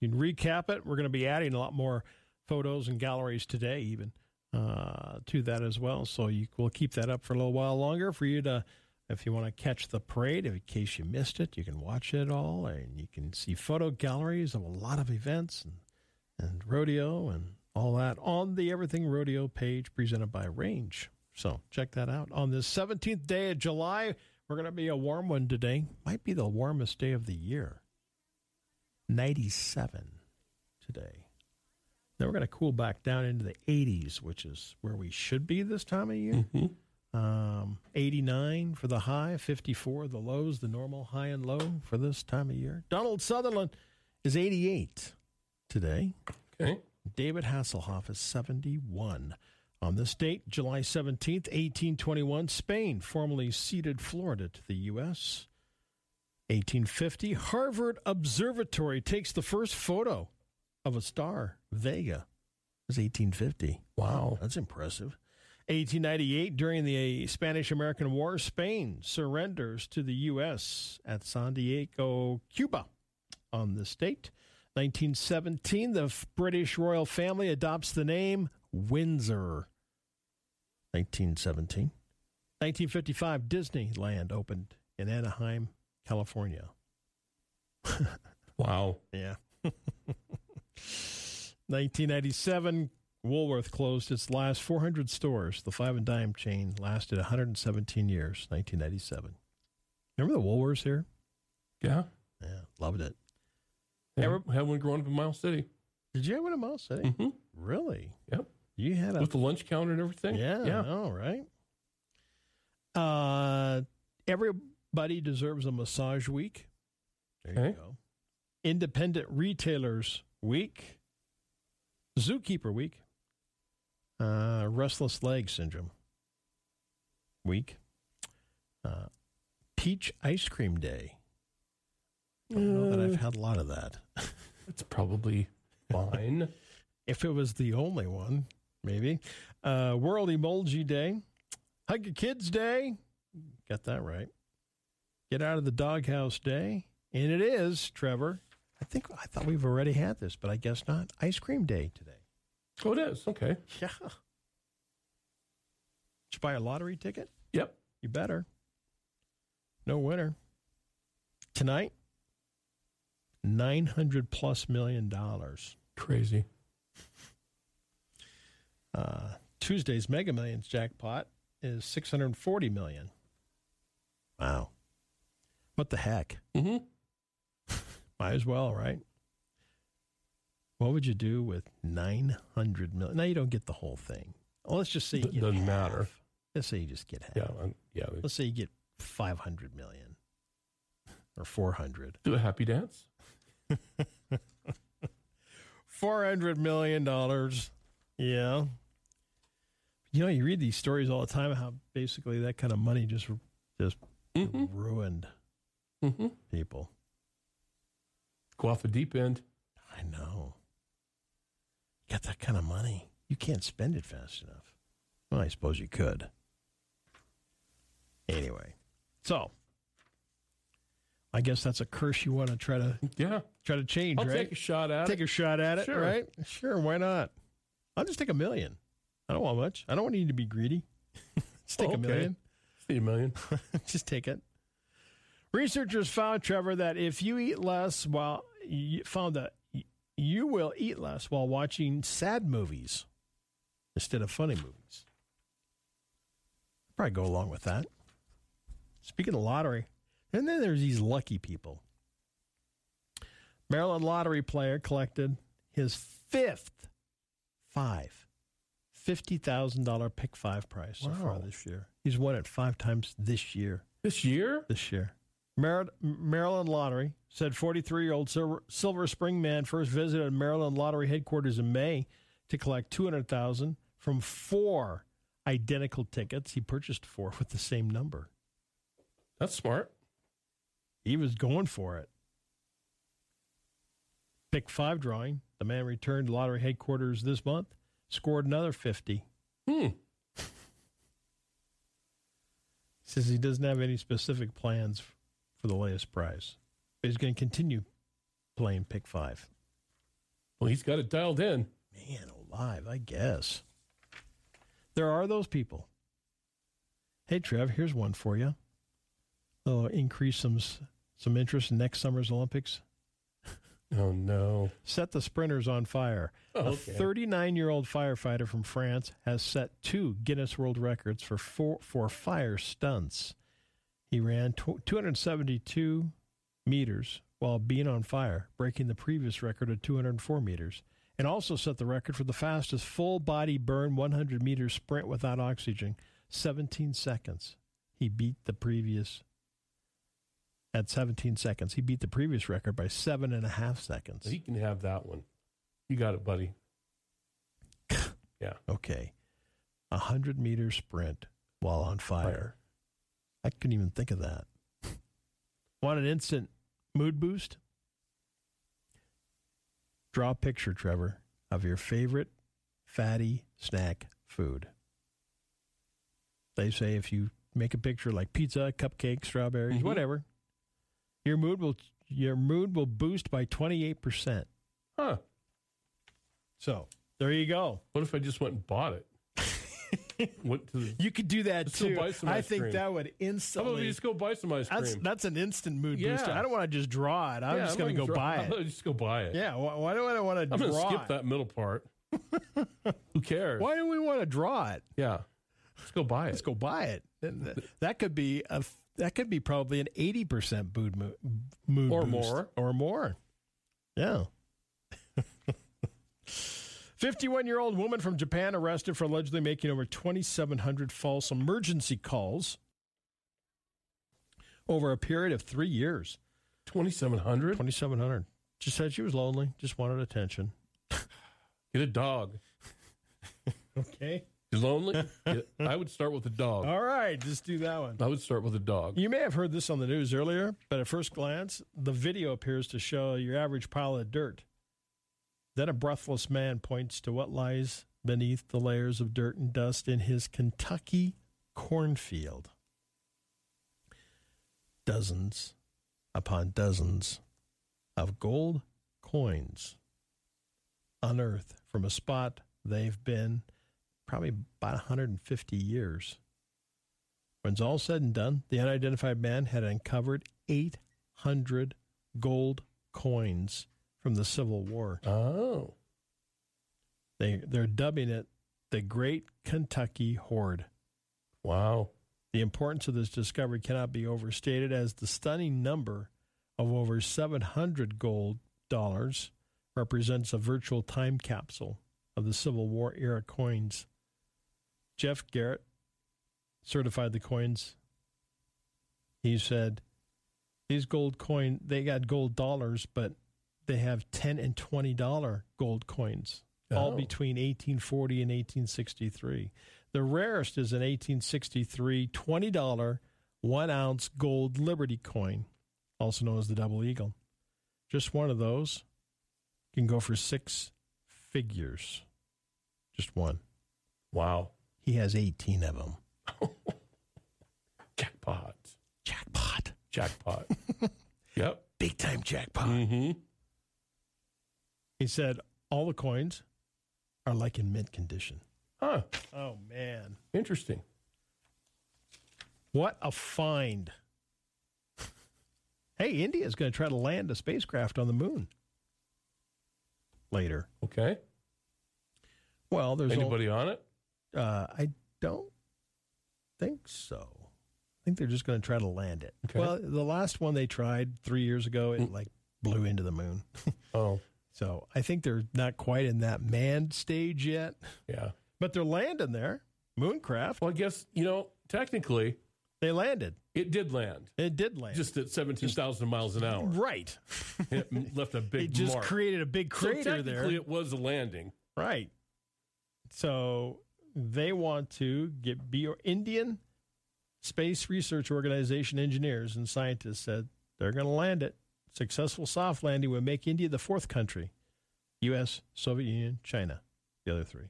You can recap it. We're going to be adding a lot more photos and galleries today, even uh, to that as well. So you, we'll keep that up for a little while longer for you to, if you want to catch the parade, in case you missed it, you can watch it all and you can see photo galleries of a lot of events and, and rodeo and all that on the Everything Rodeo page presented by Range. So check that out. On this 17th day of July, we're going to be a warm one today. Might be the warmest day of the year. 97 today. Then we're going to cool back down into the 80s, which is where we should be this time of year. Mm-hmm. Um, 89 for the high, 54 the lows, the normal high and low for this time of year. Donald Sutherland is 88 today. Okay. David Hasselhoff is 71. On this date, July 17th, 1821, Spain formally ceded Florida to the U.S. 1850, Harvard Observatory takes the first photo of a star, Vega. It was 1850. Wow. That's impressive. 1898, during the Spanish American War, Spain surrenders to the U.S. at San Diego, Cuba, on this date. 1917, the f- British royal family adopts the name Windsor. 1917. 1955, Disneyland opened in Anaheim, California. Wow. Yeah. 1997, Woolworth closed its last 400 stores. The five and dime chain lasted 117 years, 1997. Remember the Woolworths here? Yeah. Yeah, loved it. Had, had one growing up in Miles City. Did you have one in Miles City? Mm-hmm. Really? Yep. You had a With the lunch counter and everything. Yeah, Yeah. I know, right? Uh, everybody deserves a massage week. There you Okay. go. Independent Retailers Week. Zookeeper Week. Uh, restless Leg Syndrome Week. Uh, Peach Ice Cream Day. I don't know that I've had a lot of that. It's probably fine. if it was the only one, maybe. Uh, World Emoji Day, Hug Your Kids Day. Got that right. Get out of the doghouse day, and it is Trevor. I think I thought we've already had this, but I guess not. Ice cream day today. oh, it is. Okay. Yeah. Did you buy a lottery ticket? Yep. You better. No winner. Tonight, nine hundred plus million dollars. Crazy. Uh, Tuesday's Mega Millions jackpot is 640 million. Wow. What the heck? Mm-hmm. Might as well, right? What would you do with 900 million? Now you don't get the whole thing. Well, let's just say you It get doesn't half. matter. Let's say you just get half. Yeah. I'm- yeah. Let's say you get 500 million or 400. Do a happy dance. 400 million dollars. Yeah. You know, you read these stories all the time how basically that kind of money just just Mm-hmm. ruined Mm-hmm. people. Go off the deep end. I know. You got that kind of money. You can't spend it fast enough. Well, I suppose you could. Anyway. So I guess that's a curse you want to try to Yeah. try to change, I'll right? take a shot at take it. a shot at it, Sure. right? Sure, why not? I'll just take a million. I don't want much. I don't want you to be greedy. just take Oh, a okay. million. See a million. just take it. Researchers found, Trevor, that if you eat less while you found that y- you will eat less while watching sad movies instead of funny movies. Probably go along with that. Speaking of lottery, and then there's these lucky people. Maryland lottery player collected his fifth five fifty thousand dollar pick five prize so far Wow. this year. He's won it five times this year. This year? This year, Mar- Maryland Lottery said forty three year old Silver-, Silver Spring man first visited Maryland Lottery headquarters in May to collect two hundred thousand from four identical tickets. He purchased four with the same number. That's smart. He was going for it. Pick five drawing. The man returned to lottery headquarters this month, scored another 50. Hmm. Says he doesn't have any specific plans f- for the latest prize. But he's going to continue playing pick five. Well, he's got it dialed in. Man alive, I guess. There are those people. Hey, Trev, here's one for you. That'll increase some some interest in next summer's Olympics. Oh no. Set the sprinters on fire. A Oh, Okay. 39 year old firefighter from France has set two Guinness World Records for, four, for fire stunts. He ran tw 272 meters while being on fire, breaking the previous record of 204 meters, and also set the record for the fastest full body burn 100 meter sprint without oxygen 17 seconds. He beat the previous. At 17 seconds, he beat the previous record by seven and a half seconds. He can have that one. You got it, buddy. yeah. Okay. A hundred meter sprint while on fire. Fire. I couldn't even think of that. Want an instant mood boost? Draw a picture, Trevor, of your favorite fatty snack food. They say if you make a picture like pizza, cupcakes, strawberries, Mhm. whatever, your mood will your mood will boost by twenty eight percent. Huh. So there you go. What if I just went and bought it? Went to the, You could do that Let's go too. buy some I ice think cream. that would how about we instantly. just go buy some ice cream? That's that's an instant mood Yeah. booster. I don't want to just draw it. I'm Yeah, just going not to go even dra- buy I'm it. gonna just go buy it. Yeah. Why, why do I want to I'm going to draw skip it? that middle part. Who cares? Why do we want to draw it? Yeah. Let's go buy Let's it. go buy it. Th- th- That could be a f- that could be probably an eighty percent mood mo- mood Or boost. more. or more. Yeah. 51 year old woman from Japan arrested for allegedly making over 2,700 false emergency calls over a period of three years. 2700 2,700. She said she was lonely, just wanted attention. Get a dog. Okay. You're lonely? Get- I would start with a dog. All right, just do that one. I would start with a dog. You may have heard this on the news earlier, but at first glance, the video appears to show your average pile of dirt. Then a breathless man points to what lies beneath the layers of dirt and dust in his Kentucky cornfield. Dozens upon dozens of gold coins unearthed from a spot they've been probably about 150 years. When it's all said and done, the unidentified man had uncovered 800 gold coins from the Civil War. Oh. They, they're dubbing it the Great Kentucky Hoard. Wow. The importance of this discovery cannot be overstated as the stunning number of over 700 gold dollars represents a virtual time capsule of the Civil War era coins. Jeff Garrett certified the coins. He said, These gold coin, they got gold dollars, but they have 10 and 20 dollar gold coins, all Oh. between 1840 and 1863. The rarest is an 1863 $20 one ounce gold Liberty coin, also known as the Double Eagle. Just one of those can go for six figures. Just one. Wow. He has 18 of them. Jackpot. Jackpot. Jackpot. yep. Big time jackpot. hmm Mm. He said all the coins are like in mint condition. Huh. Oh, man. Interesting. What a find. hey, India's going to try to land a spacecraft on the moon later. Okay. Well, there's al- Anybody on it? Uh, I don't think so. I think they're just going to try to land it. Okay. Well, the last one they tried three years ago, it Mm. like blew into the moon. Oh, So I think they're not quite in that manned stage yet, yeah. but they're landing there. Mooncraft, Well, I guess, you know, technically, they landed. it did land It did land. just at 17,000 miles an hour. right. It m- left a it big just mark. created a big So crater technically there. it was a landing. Right. So they want to get be Indian Space Research Organization engineers and scientists said they're going to land it. Successful soft landing would make India the fourth country, U.S., Soviet Union, China, the other three.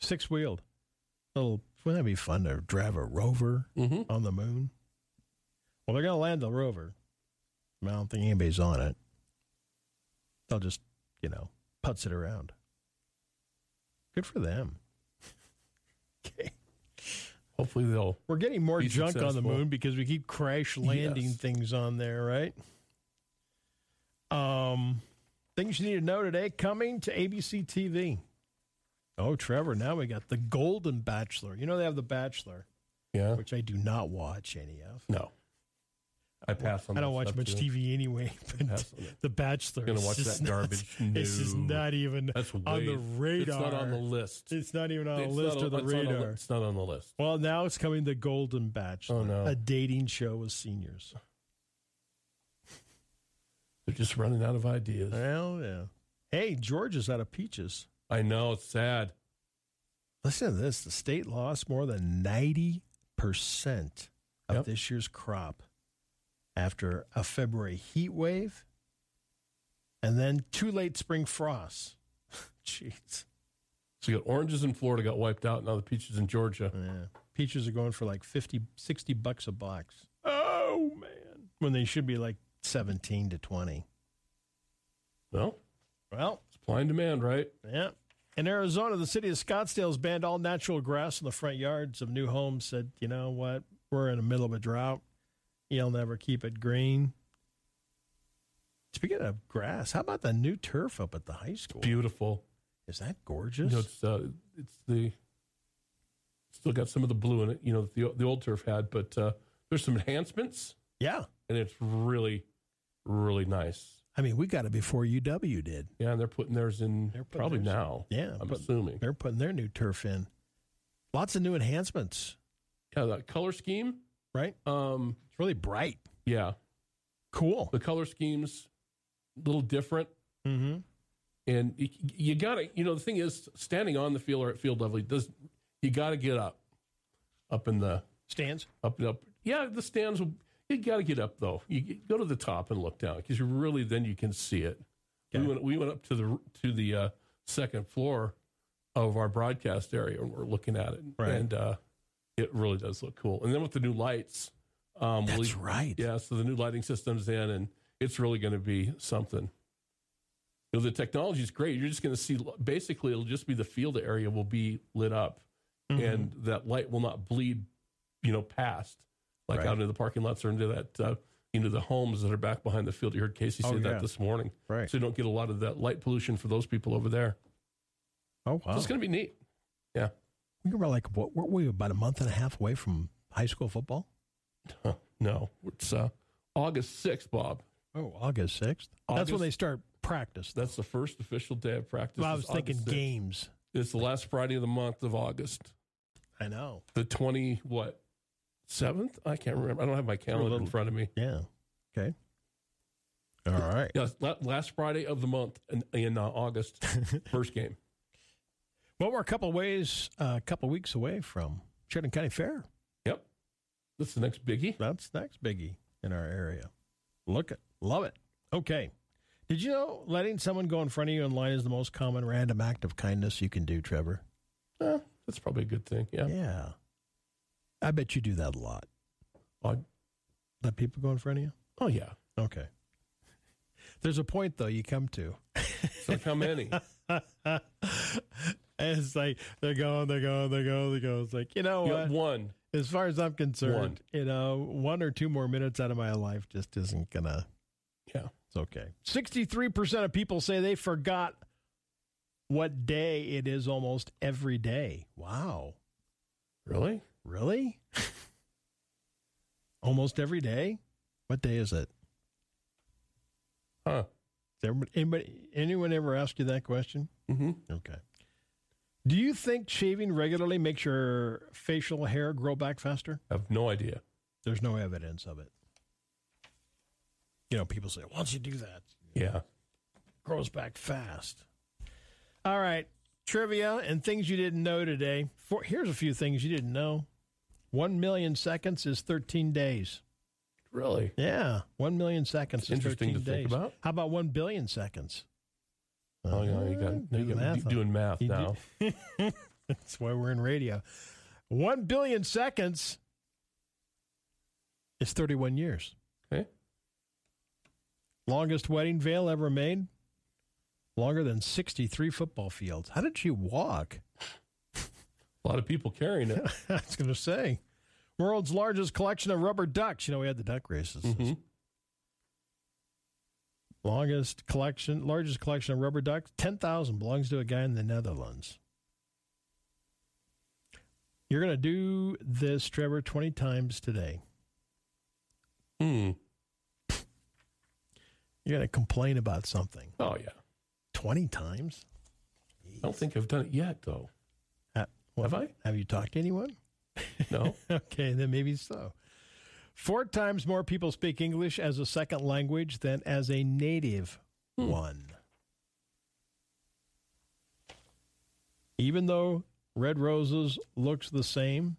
Six wheeled. Little wouldn't that be fun to drive a rover Mm-hmm. on the moon? Well, they're going to land the rover. I don't think anybody's on it. They'll just, you know, putts it around. Good for them. okay. Hopefully they'll. We're getting more Be junk on the successful. moon because we keep crash landing Yes. things on there, right? Um, things you need to know today coming to ABC TV. Oh, Trevor, now we got The Golden Bachelor. You know they have The Bachelor, Yeah. which I do not watch any of. No. I pass on. I don't that watch stuff, much too. TV anyway, I but Pass on it. The Bachelor. Gonna is watch just that not- garbage. No. It's just not even That's way, on the It's radar. not on the list. It's not even on It's the list not or on- the it's not on the- radar. It's not on the list. Well, now it's coming the Golden Bachelor, Oh, no. a dating show with seniors. They're just running out of ideas. Well, yeah. Hey, George is out of peaches. I know. It's sad. Listen to this. The state lost more than 90% of Yep. this year's crop after a February heat wave and then two late spring frosts. Jeez. So you got oranges in Florida got wiped out. Now the peaches in Georgia. Yeah. Peaches are going for like 50, 60 bucks a box. Oh, man. When they should be like 17 to 20. Well, Well, supply and demand, right? Yeah. In Arizona, the city of Scottsdale's banned all natural grass in the front yards of new homes. Said, you know what? We're in the middle of a drought. You'll never keep it green. Speaking of grass, how about the new turf up at the high school? Beautiful. Is that gorgeous? You know, it's uh, it's the still got some of the blue in it. You know, that the the old turf had, but uh, there's some enhancements, yeah. and it's really, really nice. I mean, we got it before UW did. Yeah, and they're putting theirs in They're putting probably theirs in. now. Yeah. I'm but assuming. they're putting their new turf in. Lots of new enhancements, Yeah, that color scheme. right? Um, It's really bright. yeah, Cool. the color schemes a little different, Mm-hmm. and you, you gotta. You know, the thing is, standing on the field or at field level, it does you gotta get up, up in the Stands. up and up. Yeah, the stands. Will, you got to get up though. You g- go to the top and look down because you really then you can see it. Okay. We went we went up to the to the uh, second floor of our broadcast area and we're looking at it, Right. and uh, it really does look cool. And then with the new lights, um, we- That's right. yeah. So the new lighting system's in, and it's really going to be something. You know, the technology is great. You're just going to see basically it'll just be the field area will be lit up Mhm. and that light will not bleed, you know, past like Right. out into the parking lots or into that uh, into the homes that are back behind the field. You heard Casey say Oh, yeah. that this morning, right. so you don't get a lot of that light pollution for those people over there. Oh, wow. So it's going to be neat. We were like, what were we about a month and a half away from high school football? Huh, no, it's uh, August sixth, Bob. Oh, August sixth. That's when August- they start practice. That's the first official day of practice. Well, I was is thinking August 6th. games. It's the last Friday of the month of August. I know. The twenty what seventh? I can't remember. I don't have my calendar in little- front of me. Yeah. Okay. All right. Yeah, it's la- last Friday of the month in, in uh, August, first game. Well, we're a couple ways, uh, a couple weeks away from Sheridan County Fair. Yep. That's the next biggie. That's next biggie in our area. Look it, love it. Okay. Did you know letting someone go in front of you in line is the most common random act of kindness you can do, Trevor? Eh, that's probably a good thing. Yeah. Yeah. I bet you do that a lot. I- Let people go in front of you? Oh, yeah. Okay. There's a point though you come to. So like how many? and it's like they're going, they're going, they're going, they're going. It's like, you know You what? got one. as far as I'm concerned, One. you know, one or two more minutes out of my life just isn't gonna Yeah. it's okay. Sixty three percent of people say they forgot what day it is almost every day. Wow. Really? Really? almost every day? What day is it? Huh. Does everybody- Anybody, anyone ever ask you that question? Mm-hmm. Okay. Do you think shaving regularly makes your facial hair grow back faster? I have no idea. There's no evidence of it. You know, people say, once you do that, Yeah. it grows back fast. All right. Trivia and things you didn't know today. For, here's a few things you didn't know. One million seconds is 13 days. Really? Yeah. One million seconds It's is interesting 13 to days. think about. How about one billion seconds? Oh, yeah. You got, now do you the got math me doing math You do- now. That's why we're in radio. One billion seconds is 31 years. Okay. Longest wedding veil ever made. longer than 63 football fields. How did she walk? A lot of people carrying it. I was going to say. World's largest collection of rubber ducks. You know, we had the duck races. this Mhm. longest collection, largest collection of rubber ducks, 10,000 belongs to a guy in the Netherlands. You're going to do this, Trevor, 20 times today. Hmm. You're going to complain about something. Oh yeah. 20 times? I don't think I've done it yet though. Uh, what- Have I? Have you talked to anyone? No. okay, then maybe so. Four times more people speak English as a second language than as a native Hmm. one. Even though red roses looks the same,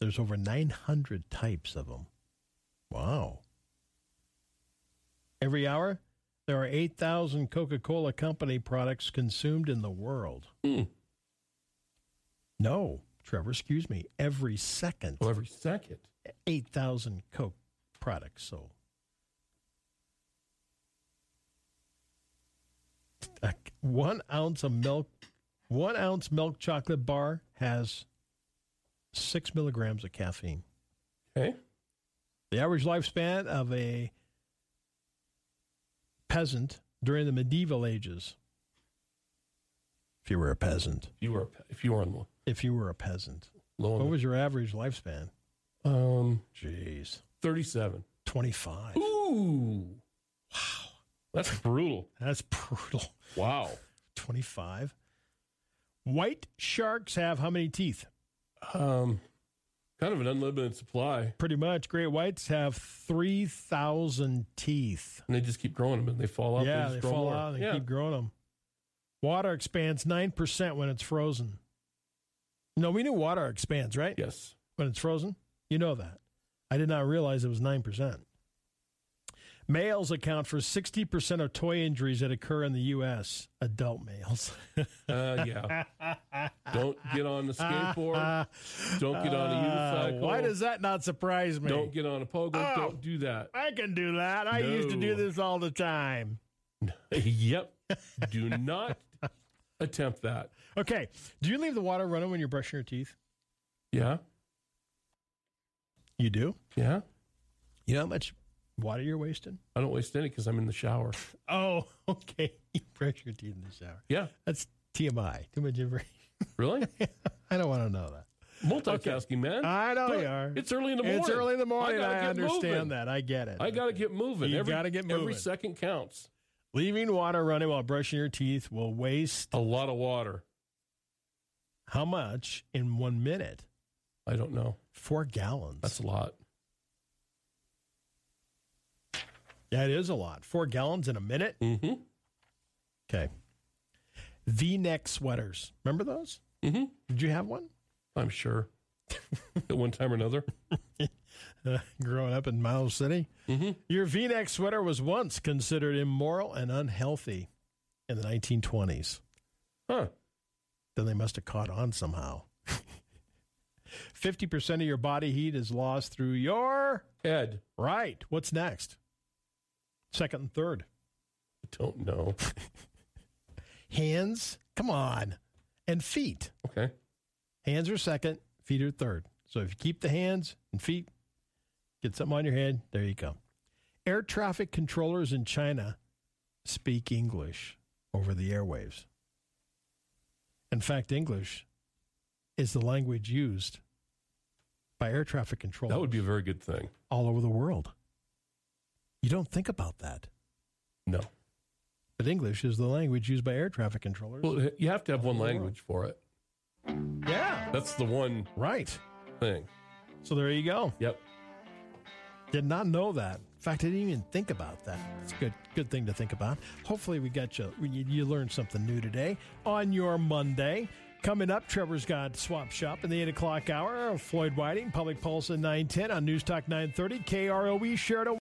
there's over 900 types of them. Wow. Every hour, there are 8,000 Coca-Cola company products consumed in the world. Hmm. No, Trevor, excuse me. Every second, Well, every second. 8,000 Coke products sold. A- One ounce of milk, one ounce milk chocolate bar has six milligrams of caffeine. Okay. The average lifespan of a peasant during the medieval ages, if you were a peasant, If you were if you were on if you were a peasant, low what on was your average lifespan? the- um Jeez. 37. 25. Ooh. Wow. That's brutal. That's brutal. Wow. 25. White sharks have how many teeth? Um kind of an unlimited supply. Pretty much. Great whites have 3,000 teeth. And they just keep growing them and they fall out. yeah, just they grow fall more. out and yeah. keep growing them. Water expands 9% when it's frozen. No, we knew water expands, right? Yes. When it's frozen? You know that. I did not realize it was 9%. Males account for 60% of toy injuries that occur in the U.S., adult males. Uh, yeah. Don't get on the Ah, skateboard. Don't get on a unicycle. Uh, Why does that not surprise me? Don't get on a pogo. Oh. Don't do that. I can do that. I used to do No. this all the time. yep. Do not attempt that. Okay. Do you leave the water running when you're brushing your teeth? Yeah. You do. Yeah. You know how much water you're wasting? I don't waste any because I'm in the shower. Oh, okay. You brush your teeth in the shower. Yeah. That's TMI. Too much information. Really? I don't want to know that. Multitasking, man. I know Look, Oh, you are. It's early in the morning. It's early in the morning. gotta I, get understand moving. that. I get it. I got to get moving. You every, gotta get Every moving. second counts. Leaving water running while brushing your teeth will waste A lot of water. how much in one minute? I don't know. Four gallons. That's a lot. That is a lot. Four gallons in a minute. Mm-hmm. Okay. V neck sweaters. Remember those? Mm-hmm. Did you have one? I'm sure. At one time or another. Uh, growing up in Miles City? Mm-hmm. Your V neck sweater was once considered immoral and unhealthy in the 1920s. Huh. Then they must have caught on somehow. 50% of your body heat is lost through your. Ed. Right. What's next? Second and third. I don't know. Hands. Come on. And feet. Okay. Hands are second, feet are third. So if you keep the hands and feet, get something on your head, there you go. Air traffic controllers in China speak English over the airwaves. In fact, English is the language used by air traffic controllers That would be a very good thing. all over the world. You don't think about that, No. but English is the language used by air traffic controllers. Well, you have to have one language for it. yeah. That's the one Right. thing. So there you go. Yep. Did not know that. In fact, I didn't even think about that. It's a good, good thing to think about. Hopefully, we got you. You, you learned something new today on your Monday. Coming up, Trevor's got Swap Shop in the 8 o'clock hour. Floyd Whiting, Public Pulse at 910 on News Talk 930, KROE, Sheridan.